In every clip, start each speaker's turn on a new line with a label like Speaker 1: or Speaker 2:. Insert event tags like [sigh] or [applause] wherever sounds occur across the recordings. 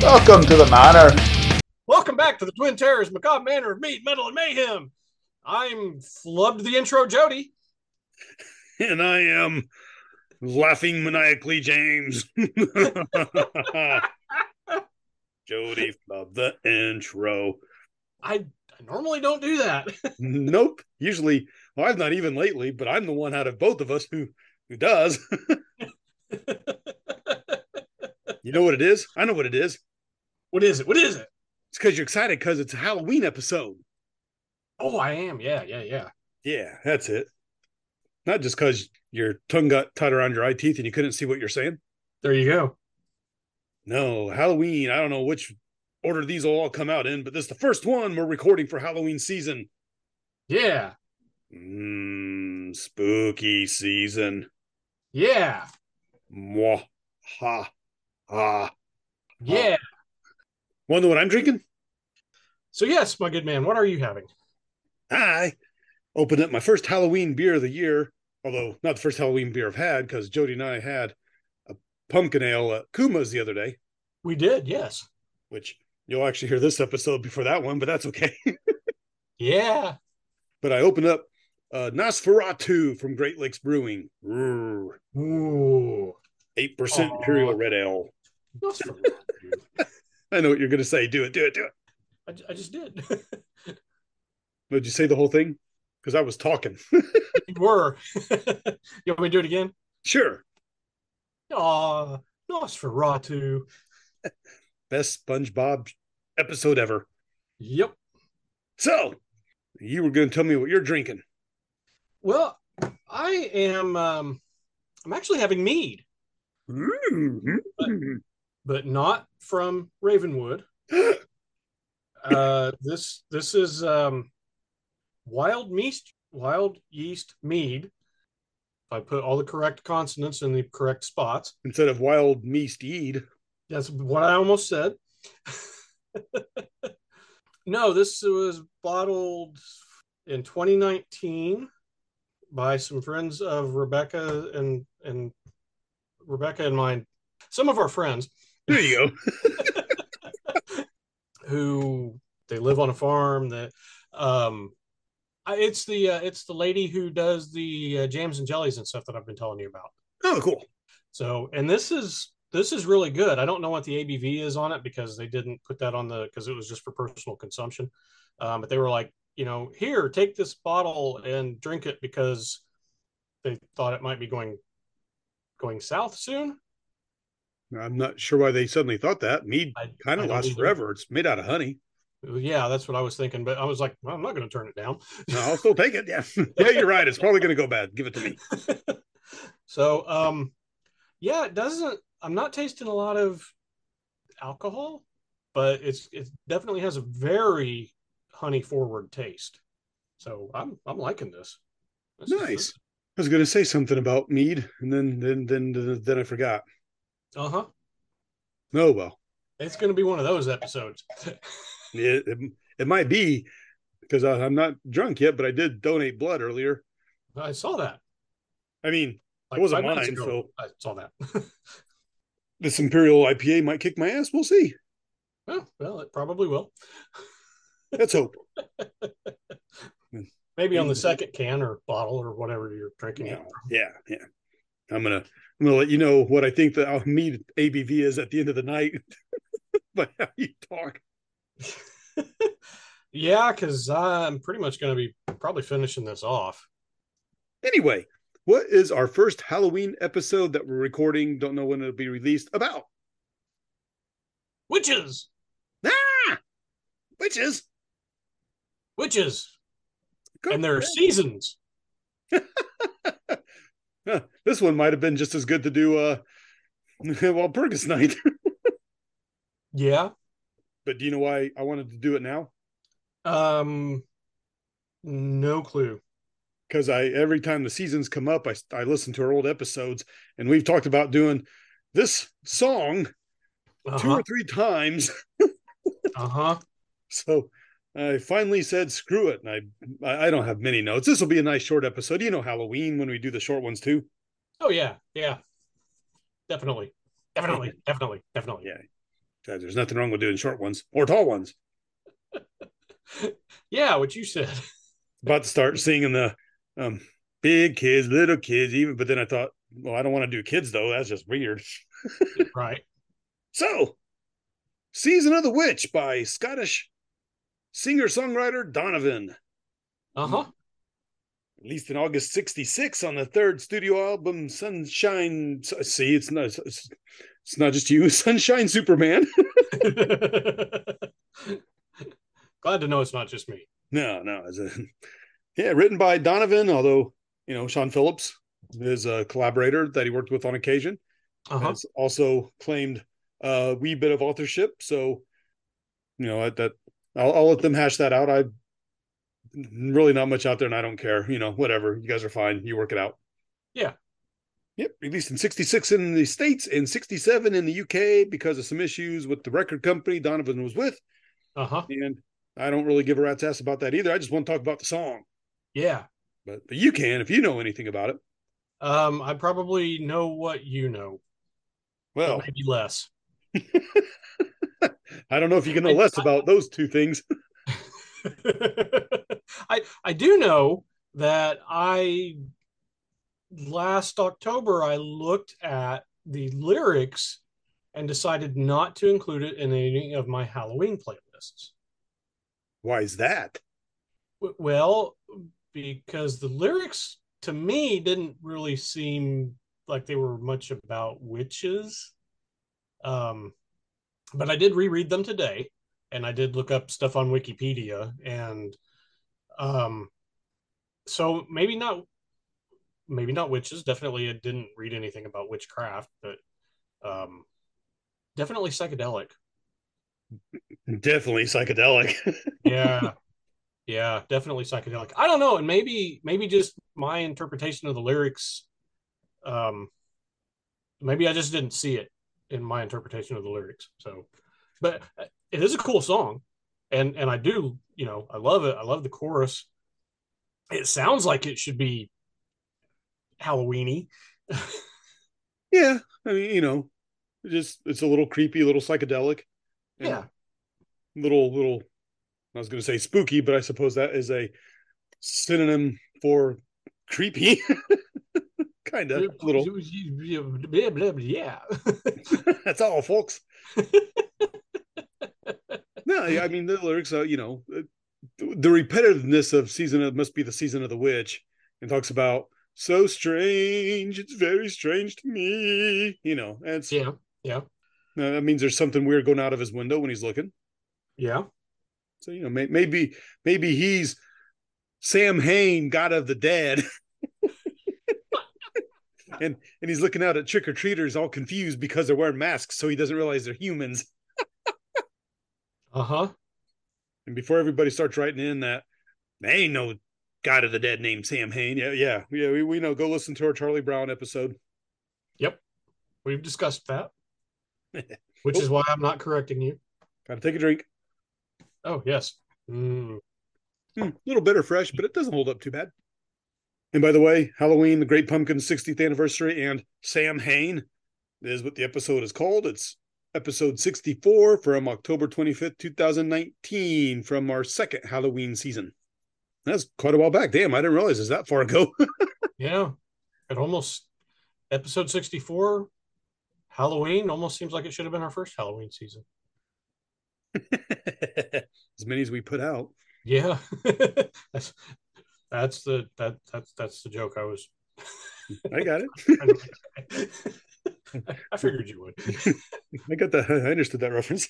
Speaker 1: Welcome to the Manor.
Speaker 2: Welcome back to the Twin Terrors, Macabre Manor of Meat, Metal, and Mayhem. I'm flubbed the intro, Jody.
Speaker 3: and I am laughing maniacally, James. [laughs] Jody flubbed the intro.
Speaker 2: I, I normally don't do that. [laughs]
Speaker 3: Nope. Usually, well, I've not even lately, but I'm the one out of both of us who who does. [laughs] you know what it is? I know what it is.
Speaker 2: what is it? What is it?
Speaker 3: It's because you're excited because it's a Halloween episode.
Speaker 2: Oh, I am. Yeah, yeah, yeah.
Speaker 3: Yeah, that's it. Not just because your tongue got tied around your eye teeth and you couldn't see what you're saying.
Speaker 2: There you go.
Speaker 3: No, Halloween. I don't know which order these will all come out in, but this is the first one we're recording for Halloween season.
Speaker 2: Yeah,
Speaker 3: Mmm, spooky season.
Speaker 2: yeah,
Speaker 3: Mwah. Ha. Ha.
Speaker 2: yeah.
Speaker 3: Want to know what I'm drinking?
Speaker 2: So, yes, my good man, what are you having?
Speaker 3: I opened up my first Halloween beer of the year, although not the first Halloween beer I've had because Jody and I had a pumpkin ale at Kuma's the other day,
Speaker 2: We did, yes.
Speaker 3: which you'll actually hear this episode before that one, but that's okay. [laughs]
Speaker 2: Yeah.
Speaker 3: but I opened up uh, Nosferatu from Great Lakes Brewing, Roar.
Speaker 2: Ooh.
Speaker 3: 8%
Speaker 2: Aw.
Speaker 3: Imperial Red Ale.
Speaker 2: That's for-
Speaker 3: I know what you're going to say. Do it, do it, do it.
Speaker 2: I, ju- I just did. [laughs]
Speaker 3: Would you say the whole thing? Because I was talking.
Speaker 2: you were. [laughs] you want me to do it again?
Speaker 3: sure.
Speaker 2: Aw, Nosferatu.
Speaker 3: Best SpongeBob episode ever.
Speaker 2: Yep.
Speaker 3: So, you were going to tell me what you're drinking.
Speaker 2: Well, I am. Um, I'm actually having mead,
Speaker 3: Mm-hmm.
Speaker 2: but not from Ravenwood. uh, this this is um, wild yeast wild yeast mead. If I put all the correct consonants in the correct spots,
Speaker 3: Instead of wild meast eed.
Speaker 2: That's what I almost said. [laughs] no, this was bottled in 2019 by some friends of Rebecca and and Rebecca and mine. Some of our friends
Speaker 3: There you
Speaker 2: who they live on a farm that um I, it's the uh, it's the lady who does the uh, jams and jellies and stuff that I've been telling you about.
Speaker 3: go. [laughs] Oh, cool.
Speaker 2: So, and this is this is really good. I don't know what the ABV is on it because they didn't put that on the because it was just for personal consumption. Um, but they were like, you know, here, take this bottle and drink it because they thought it might be going going south soon.
Speaker 3: I'm not sure why they suddenly thought that. Mead
Speaker 2: I-
Speaker 3: kind
Speaker 2: I
Speaker 3: of
Speaker 2: don't
Speaker 3: lasts
Speaker 2: either.
Speaker 3: forever. It's made out of [laughs] honey.
Speaker 2: Yeah, that's what I was thinking. But I was like, well, I'm not going to turn it down.
Speaker 3: No, I'll still take it. Yeah. [laughs] yeah, you're right. It's probably going to go bad. Give it to me.
Speaker 2: [laughs] so, um, yeah, it doesn't. I'm not tasting a lot of alcohol, but it's it definitely has a very honey forward taste. So I'm I'm liking this. This is-
Speaker 3: Nice. I was going to say something about mead, and then then then then I forgot.
Speaker 2: Uh huh.
Speaker 3: Oh well,
Speaker 2: It's going to be one of those episodes. [laughs]
Speaker 3: it it, it might be because I, I'm not drunk yet, but I did donate blood earlier.
Speaker 2: I saw that.
Speaker 3: I mean, It wasn't
Speaker 2: five minutes
Speaker 3: mine,
Speaker 2: ago. I saw that. [laughs]
Speaker 3: this Imperial IPA might kick my ass. We'll see.
Speaker 2: well, Oh, well, it probably will.
Speaker 3: Let's hope.
Speaker 2: Maybe on the
Speaker 3: Mhm.
Speaker 2: second can or bottle or whatever you're drinking.
Speaker 3: Yeah,
Speaker 2: it.
Speaker 3: yeah, yeah. I'm gonna I'm gonna let you know what I think the uh, mead ABV is at the end of the night [laughs] by how you talk.
Speaker 2: [laughs] yeah, because I'm pretty much going to be probably finishing this off.
Speaker 3: Anyway, what is our first Halloween episode that we're recording? Don't know when it'll be released. About
Speaker 2: Witches,
Speaker 3: ah, witches.
Speaker 2: witches,
Speaker 3: Go
Speaker 2: and their seasons.
Speaker 3: Huh, this one might have been just as good to do uh [laughs] Walpurgis night. [laughs]
Speaker 2: Yeah.
Speaker 3: but do you know why I wanted to do it now?
Speaker 2: Um. No clue.
Speaker 3: Because I every time the seasons come up, I I listen to our old episodes, and we've talked about doing this song two
Speaker 2: Uh
Speaker 3: or three times. [laughs]
Speaker 2: huh.
Speaker 3: So I finally said, "Screw it!" And I I I don't have many notes. This will be a nice short episode. You know, Halloween when we do the short ones too. [laughs]
Speaker 2: Oh yeah. Yeah. Definitely. Definitely. Definitely. Definitely.
Speaker 3: Yeah. God, Uh, there's nothing wrong with doing short ones or tall ones.
Speaker 2: yeah, what you
Speaker 3: [laughs]
Speaker 2: said.
Speaker 3: About to start singing the um, big kids, little kids, even. But then I thought, well, I don't want to do kids though. That's just weird. [laughs]
Speaker 2: right.
Speaker 3: So, Season of the Witch by Scottish singer songwriter Donovan,
Speaker 2: Uh huh.
Speaker 3: released in August 66 on the third studio album, Sunshine. uh, See, it's not, it's, it's not just you, [laughs] Sunshine Superman. [laughs] Mm.
Speaker 2: [laughs] Glad to know it's not just me.
Speaker 3: No, no. It's a, yeah, written by Donovan, although, you know, Sean Phillips is a collaborator that he worked with on occasion.
Speaker 2: Uh huh.
Speaker 3: Has also claimed a wee bit of authorship. So, you know, that, that I'll, I'll let them hash that out. I really not much out there and I don't care. You know, whatever. You guys are fine. You work it out.
Speaker 2: Yeah.
Speaker 3: Yep. Released in 66 in the States and 67 in the UK because of some issues with the record company Donovan was with.
Speaker 2: Uh huh.
Speaker 3: And I don't really give a rat's ass about that either. I just want to talk about the song.
Speaker 2: Yeah.
Speaker 3: But, but you can if you know anything about it.
Speaker 2: Um, I probably know what you know. but
Speaker 3: Well,
Speaker 2: maybe less.
Speaker 3: I don't know if you can know less about those two things. [laughs]
Speaker 2: [laughs] I I do know that I last October I looked at the lyrics and decided not to include it in any of my Halloween playlists.
Speaker 3: Why is that?
Speaker 2: W- Well, because the lyrics to me didn't really seem like they were much about witches. Um, but I did reread them today and I did look up stuff on Wikipedia and um so maybe not maybe not witches. Definitely I didn't read anything about witchcraft, but um definitely psychedelic.
Speaker 3: Definitely psychedelic. [laughs]
Speaker 2: yeah yeah definitely psychedelic i don't know and maybe maybe just my interpretation of the lyrics um maybe i just didn't see it in my interpretation of the lyrics so but uh, it is a cool song and and i do you know i love it i love the chorus it sounds like it should be halloweeny
Speaker 3: yeah. I mean, you know, it just it's a little creepy, a little psychedelic. and
Speaker 2: Yeah.
Speaker 3: Little little I was gonna say spooky, but I suppose that is a synonym for creepy. [laughs] Kinda
Speaker 2: [laughs]
Speaker 3: little. [laughs]
Speaker 2: yeah
Speaker 3: That's all, folks. no, yeah, I mean the lyrics are, you know, uh, the repetitiveness of season of must be the season of the witch, and talks about so strange. It's very strange to me. You know, that's
Speaker 2: yeah yeah [laughs]
Speaker 3: uh, that means there's something weird going out of his window when he's looking.
Speaker 2: yeah
Speaker 3: So you know, may, maybe maybe he's Sam Hain, God of the Dead. [laughs] And, and he's looking out at trick or treaters all confused because they're wearing masks, so he doesn't realize they're humans.
Speaker 2: uh-huh
Speaker 3: And before everybody starts writing in that there ain't no God of the Dead named Sam Hain. Yeah, yeah, yeah. We, we know. Go listen to our Charlie Brown episode.
Speaker 2: we've discussed that which is why i'm not correcting you
Speaker 3: Gotta take a drink.
Speaker 2: Oh yes. Mm.
Speaker 3: Hmm, a little bitter fresh, but it doesn't hold up too bad. And by the way, Halloween, the Great Pumpkin's 60th anniversary, and Sam Hain is what the episode is called. It's episode 64 from October 25th, 2019, from our second Halloween season. That's quite a while back. Damn, I didn't realize it's that far ago. [laughs]
Speaker 2: Yeah. It almost episode sixty four, Halloween almost seems like it should have been our first Halloween season.
Speaker 3: as many as we put out.
Speaker 2: Yeah. [laughs] that's that's the that that's that's the joke I was
Speaker 3: I got it.
Speaker 2: [laughs] I figured you would.
Speaker 3: I got that. I understood that reference.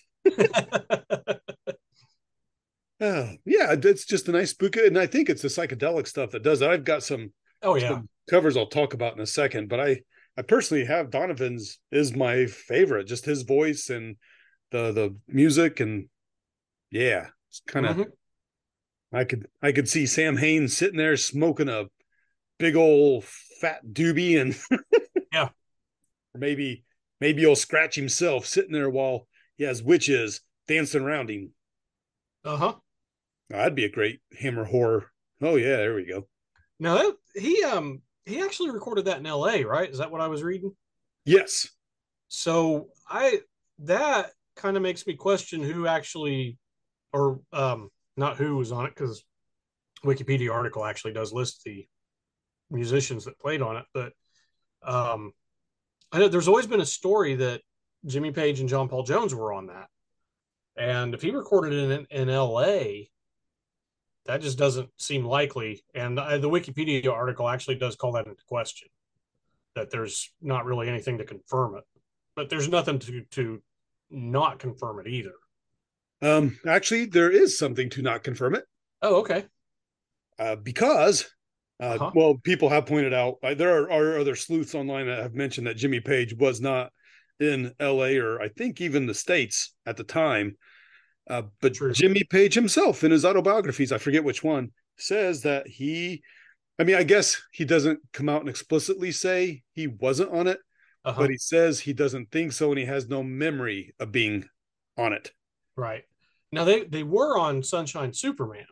Speaker 3: Oh, yeah, it's just a nice spooky, and I think it's the psychedelic stuff that does it. I've got some
Speaker 2: oh yeah.
Speaker 3: some covers I'll talk about in a second, but I I personally have Donovan's is my favorite. Just his voice and the the music and yeah, it's kind of
Speaker 2: Mhm.
Speaker 3: I could I could see Sam Haines sitting there smoking a big old fat doobie and [laughs]
Speaker 2: Yeah.
Speaker 3: or maybe maybe he'll scratch himself sitting there while he has witches dancing around him.
Speaker 2: Uh-huh.
Speaker 3: Oh, that'd be a great hammer horror. Oh yeah, there we go.
Speaker 2: Now that he um he actually recorded that in LA, right? Is that what I was reading?
Speaker 3: Yes.
Speaker 2: So I that kind of makes me question who actually, or um, not who was on it, because Wikipedia article actually does list the musicians that played on it. But um, I know there's always been a story that Jimmy Page and John Paul Jones were on that, and if he recorded it in, in L.A., that just doesn't seem likely. And I, the Wikipedia article actually does call that into question that there's not really anything to confirm it, but there's nothing to to not confirm it either.
Speaker 3: Um, actually, there is something to not confirm it
Speaker 2: Oh, okay.
Speaker 3: uh, because, uh,
Speaker 2: Uh-huh.
Speaker 3: well, people have pointed out uh, there are, are other sleuths online that have mentioned that Jimmy Page was not in L.A. or I think even the states at the time. Uh, but
Speaker 2: True.
Speaker 3: Jimmy Page himself, in his autobiographies, I forget which one, says that he. I mean, I guess he doesn't come out and explicitly say he wasn't on it,
Speaker 2: Uh-huh.
Speaker 3: but he says he doesn't think so and he has no memory of being on it.
Speaker 2: right. Now they they were on Sunshine Superman.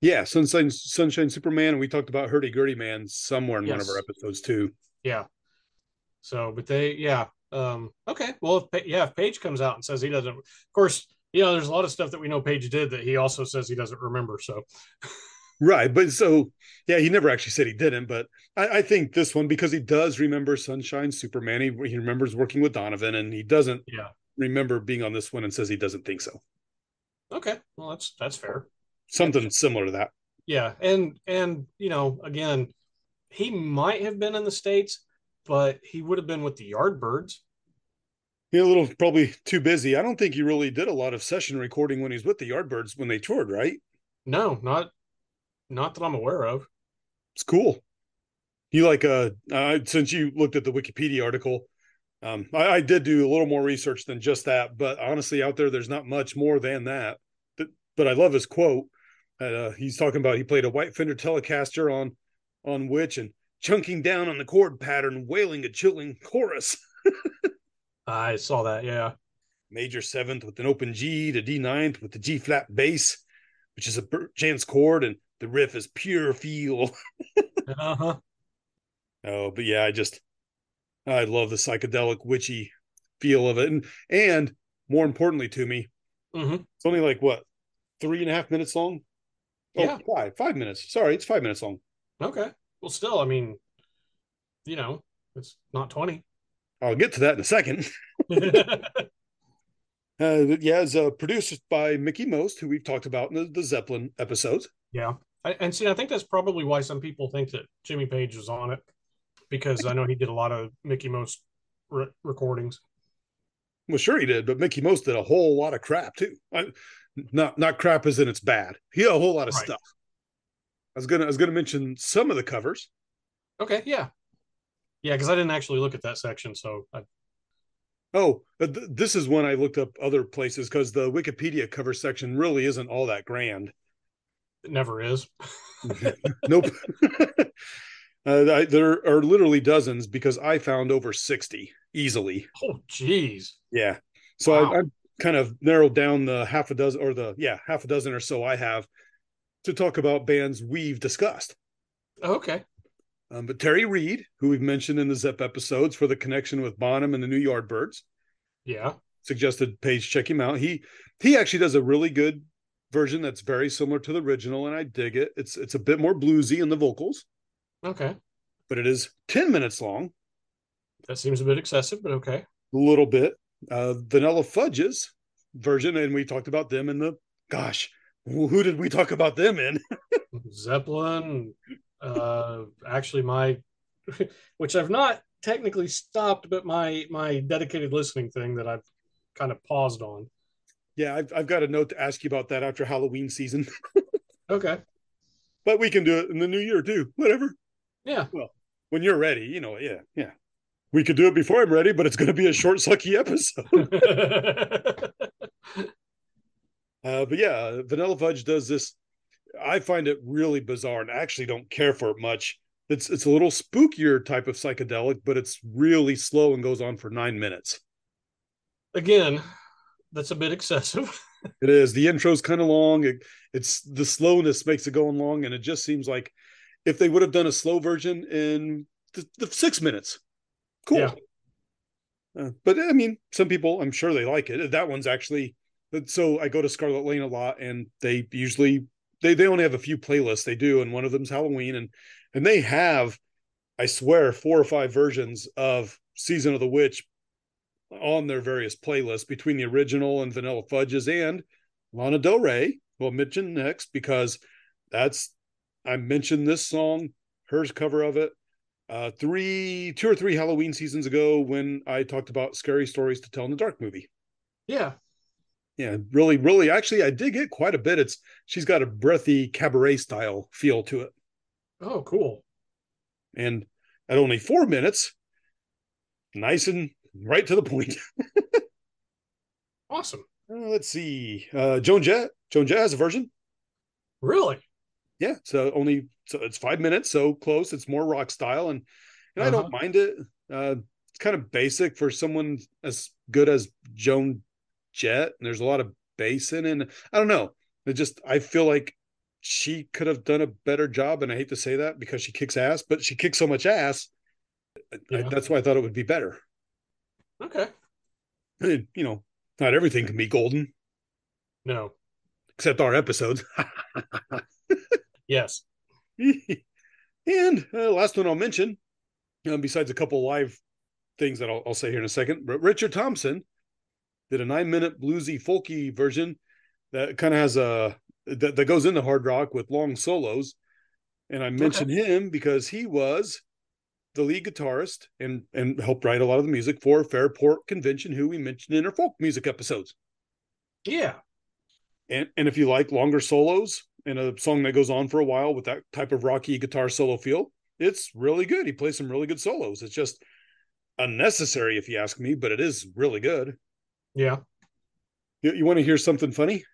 Speaker 3: Yeah, Sunshine Sunshine Superman, and we talked about Hurdy Gurdy Man somewhere in one of
Speaker 2: Yes.
Speaker 3: our episodes too.
Speaker 2: Yeah. So, but they, yeah. Um, okay. Well, if, Pa- yeah, if Page comes out and says he doesn't, of course, you know, there's a lot of stuff that we know Page did that he also says he doesn't remember. So,
Speaker 3: Right, but so yeah, he never actually said he didn't, but I, I think this one because he does remember Sunshine Superman, he, he remembers working with Donovan, and he doesn't
Speaker 2: Yeah.
Speaker 3: remember being on this one and says he doesn't think so.
Speaker 2: okay. Well, that's, that's fair.
Speaker 3: Something similar to that.
Speaker 2: Yeah. And, and, you know, again, he might have been in the States, but he would have been with the Yardbirds.
Speaker 3: He's a little probably too busy. I don't think he really did a lot of session recording when he's with the Yardbirds when they toured, right?
Speaker 2: No, not, not that I'm aware of.
Speaker 3: It's cool. You like uh, uh since you looked at the Wikipedia article, um, I, I did do a little more research than just that. But honestly, out there, there's not much more than that. But, but I love his quote. Uh, he's talking about he played a white Fender Telecaster on on which and chunking down on the chord pattern, wailing a chilling chorus.
Speaker 2: I saw that. Yeah.
Speaker 3: Major seventh with an open G to D ninth with the G flat bass, which is a chance chord, and the riff is pure feel.
Speaker 2: Uh huh.
Speaker 3: Oh, but yeah, I just I love the psychedelic witchy feel of it. And and more importantly to me,
Speaker 2: hmm
Speaker 3: it's only like what three and a half minutes long? Oh,
Speaker 2: Yeah.
Speaker 3: five, five minutes. Sorry, it's five minutes long.
Speaker 2: Okay. Well, still, I mean, you know, it's not [laughs] 20.
Speaker 3: I'll get to that in a second. [laughs] Uh, but yeah, it's uh, produced by Mickey Most, who we've talked about in the, the Zeppelin episodes.
Speaker 2: Yeah. I, and see, I think that's probably why some people think that Jimmy Page was on it because I know he did a lot of Mickey Mouse re- recordings.
Speaker 3: Well, sure he did, but Mickey Most did a whole lot of crap too. I, not not crap as in it's bad. He had a whole lot of
Speaker 2: Right.
Speaker 3: stuff. I was gonna I was gonna mention some of the covers.
Speaker 2: Okay. Yeah. Yeah. Because I didn't actually look at that section. So I,
Speaker 3: Oh, uh, th- this is one I looked up other places because the Wikipedia cover section really isn't all that grand. [laughs]
Speaker 2: it never is. [laughs]
Speaker 3: Nope. [laughs] uh, I, there are literally dozens because I found over 60 easily.
Speaker 2: Oh, geez.
Speaker 3: Yeah. So
Speaker 2: Wow.
Speaker 3: I, I've kind of narrowed down the half a dozen or the, yeah, half a dozen or so I have to talk about bands we've discussed.
Speaker 2: Okay.
Speaker 3: Um, but Terry Reed, who we've mentioned in the Zep episodes for the connection with Bonham and the New Yardbirds,
Speaker 2: Yeah.
Speaker 3: suggested Paige check him out. He he actually does a really good version that's very similar to the original, and I dig it. It's it's a bit more bluesy in the vocals,
Speaker 2: Okay.
Speaker 3: but it is ten minutes long,
Speaker 2: That seems a bit excessive, but okay.
Speaker 3: a little bit. Uh, Vanilla Fudge's version, and we talked about them in the gosh, who who did we talk about them in? [laughs]
Speaker 2: Zeppelin, uh, actually my, [laughs] which I've not technically stopped, but my, my dedicated listening thing that I've kind of paused on.
Speaker 3: yeah, I've I've got a note to ask you about that after Halloween season, [laughs]
Speaker 2: Okay.
Speaker 3: but we can do it in the new year too. Whatever.
Speaker 2: Yeah. [laughs]
Speaker 3: When you're ready, you know. Yeah, yeah. We could do it before I'm ready, but it's going to be a short, sucky episode. Uh, but yeah, Vanilla Fudge does this. I find it really bizarre and actually don't care for it much. It's it's a little spookier type of psychedelic, but it's really slow and goes on for nine minutes.
Speaker 2: Again, that's a bit excessive. [laughs]
Speaker 3: It is the intro's kind of long. It, it's the slowness makes it go on long, and it just seems like if they would have done a slow version in the, the six minutes, cool.
Speaker 2: Yeah.
Speaker 3: Uh, but I mean, some people, I'm sure they like it. That one's actually. But so I go to Scarlet Lane a lot, and they usually they they only have a few playlists they do, and one of them's Halloween, and and they have, I swear, four or five versions of Season of the Witch on their various playlists between the original and Vanilla Fudges and Lana Del Rey. We'll mention next because that's I mentioned this song, hers cover of it, uh, three, two or three Halloween seasons ago when I talked about scary stories to tell in the dark movie.
Speaker 2: Yeah.
Speaker 3: Yeah, really, really. Actually, I did get quite a bit. It's she's got a breathy cabaret style feel to it,
Speaker 2: Oh, cool.
Speaker 3: and at only four minutes, nice and right to the point. [laughs]
Speaker 2: Awesome.
Speaker 3: Uh, let's see, uh, Joan Jett. Joan Jett has a version.
Speaker 2: Really?
Speaker 3: yeah so only so it's five minutes so close it's more rock style and and i don't mind it uh it's kind of basic for someone as good as joan jett and there's a lot of bass in it and i don't know it just i feel like she could have done a better job and i hate to say that because she kicks ass but she kicks so much ass I-
Speaker 2: Yeah.
Speaker 3: that's why i thought it would be better
Speaker 2: Okay.
Speaker 3: you know not everything can be golden
Speaker 2: No.
Speaker 3: except our episodes [laughs]
Speaker 2: Yes.
Speaker 3: and uh, last one I'll mention, um, besides a couple live things that I'll, I'll say here in a second, but Richard Thompson did a nine minute bluesy folky version that kind of has a that, that goes into hard rock with long solos. And I mention him because he was the lead guitarist and and helped write a lot of the music for Fairport Convention, who we mentioned in our folk music episodes.
Speaker 2: Yeah.
Speaker 3: And and if you like longer solos and a song that goes on for a while with that type of rocky guitar solo feel, it's really good. He plays some really good solos. It's just unnecessary if you ask me, but it is really good.
Speaker 2: Yeah.
Speaker 3: You, you want to hear something funny?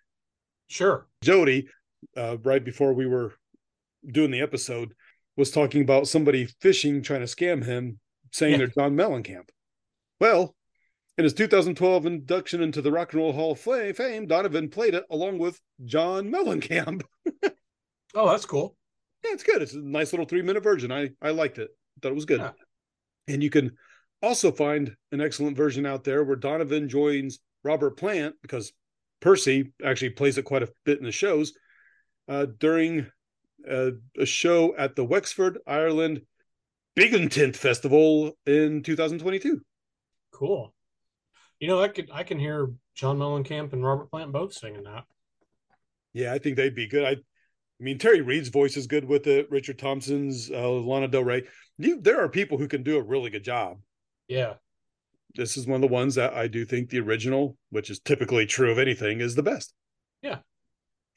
Speaker 2: Sure.
Speaker 3: Jody, uh, right before we were doing the episode, was talking about somebody fishing trying to scam him, saying
Speaker 2: Yeah.
Speaker 3: they're John Mellencamp. Well, in his 2012 induction into the Rock and Roll Hall of Fa- Fame, Donovan played it along with John Mellencamp.
Speaker 2: Oh, that's cool.
Speaker 3: yeah, it's good. It's a nice little three minute version. I I liked it. Thought it was good.
Speaker 2: Yeah.
Speaker 3: And you can also find an excellent version out there where Donovan joins Robert Plant because Percy actually plays it quite a bit in the shows uh, during uh, a show at the Wexford, Ireland Biggentent Festival in 2022.
Speaker 2: Cool. You know, I could I can hear John Mellencamp and Robert Plant both singing that.
Speaker 3: Yeah, I think they'd be good. I, I mean, Terry Reed's voice is good with it. Richard Thompson's, uh, Lana Del Rey. You, there are people who can do a really good job.
Speaker 2: Yeah.
Speaker 3: this is one of the ones that I do think the original, which is typically true of anything, is the best.
Speaker 2: Yeah.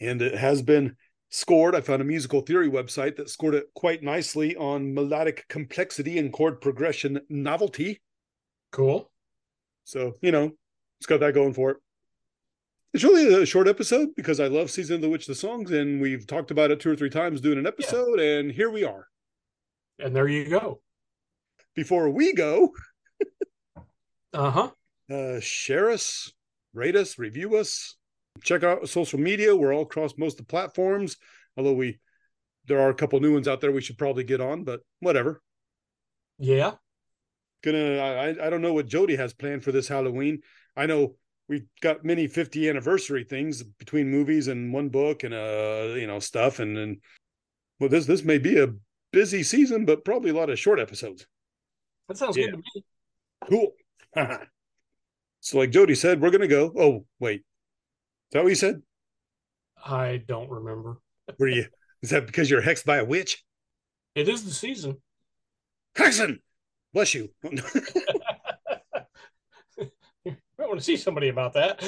Speaker 3: And it has been scored. I found a musical theory website that scored it quite nicely on melodic complexity and chord progression novelty.
Speaker 2: Cool.
Speaker 3: So, you know, it's got that going for it. It's really a short episode because I love Season of the Witch, the songs, and we've talked about it two or three times doing an episode, and here we are.
Speaker 2: And there you go.
Speaker 3: Before we go,
Speaker 2: Uh-huh.
Speaker 3: uh, share us, rate us, review us. Check out social media. We're all across most of the platforms, although we there are a couple new ones out there we should probably get on, but whatever.
Speaker 2: Yeah.
Speaker 3: Gonna I I- I don't know what Jody has planned for this Halloween. I know we've got many 50 anniversary things between movies and one book and uh you know stuff and then well this this may be a busy season, but probably a lot of short episodes.
Speaker 2: That sounds
Speaker 3: Yeah.
Speaker 2: good to me.
Speaker 3: Cool. [laughs] so like Jody said, we're gonna go. Oh wait, is that what you said?
Speaker 2: I don't remember.
Speaker 3: Were you? Is that because you're hexed by a witch?
Speaker 2: It is the season.
Speaker 3: Hexen! Bless you. Oh, [laughs]
Speaker 2: I want to see somebody about that.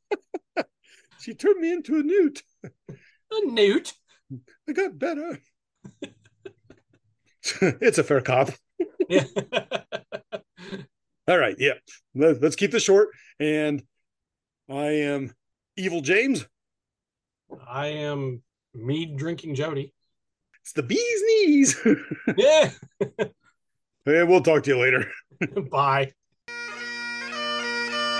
Speaker 2: [laughs]
Speaker 3: she turned me into a newt.
Speaker 2: A newt. [laughs]
Speaker 3: I got better. [laughs] it's a fair cop.
Speaker 2: Yeah.
Speaker 3: All right. Yeah. Let- Let's keep this short. And I am Evil James.
Speaker 2: I am mead drinking Jody. [laughs]
Speaker 3: It's the bee's knees. [laughs]
Speaker 2: Yeah.
Speaker 3: and we'll talk to you later.
Speaker 2: Bye.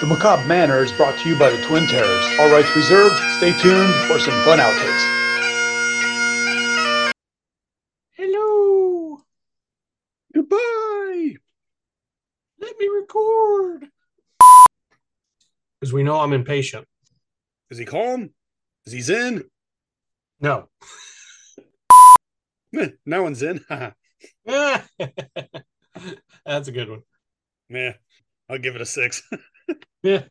Speaker 1: The Macabre Manor is brought to you by the Twin Terrors. All rights reserved. Stay tuned for some fun outtakes.
Speaker 2: Hello.
Speaker 3: Goodbye.
Speaker 2: Let me record. because we know I'm impatient.
Speaker 3: Is he calm? Is he zen?
Speaker 2: No. [laughs]
Speaker 3: Meh, no one's in.
Speaker 2: That's a good one.
Speaker 3: [laughs] Meh, I'll give it a six. [laughs]
Speaker 2: Yeah.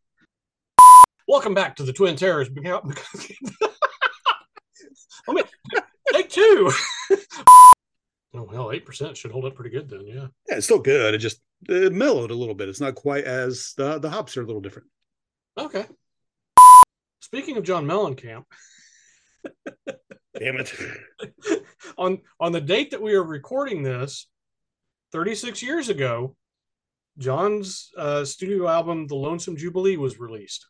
Speaker 2: Welcome back to the Twin Terrors. [laughs] Let me take two. [laughs] oh well, eight percent should hold up pretty good then. Yeah.
Speaker 3: yeah, it's still good. It just it mellowed a little bit. It's not quite as the the hops are a little different.
Speaker 2: Okay. Speaking of John Mellencamp,
Speaker 3: Damn it.
Speaker 2: on on the date that we are recording this, 36 years ago, John's uh, studio album, The Lonesome Jubilee, was released.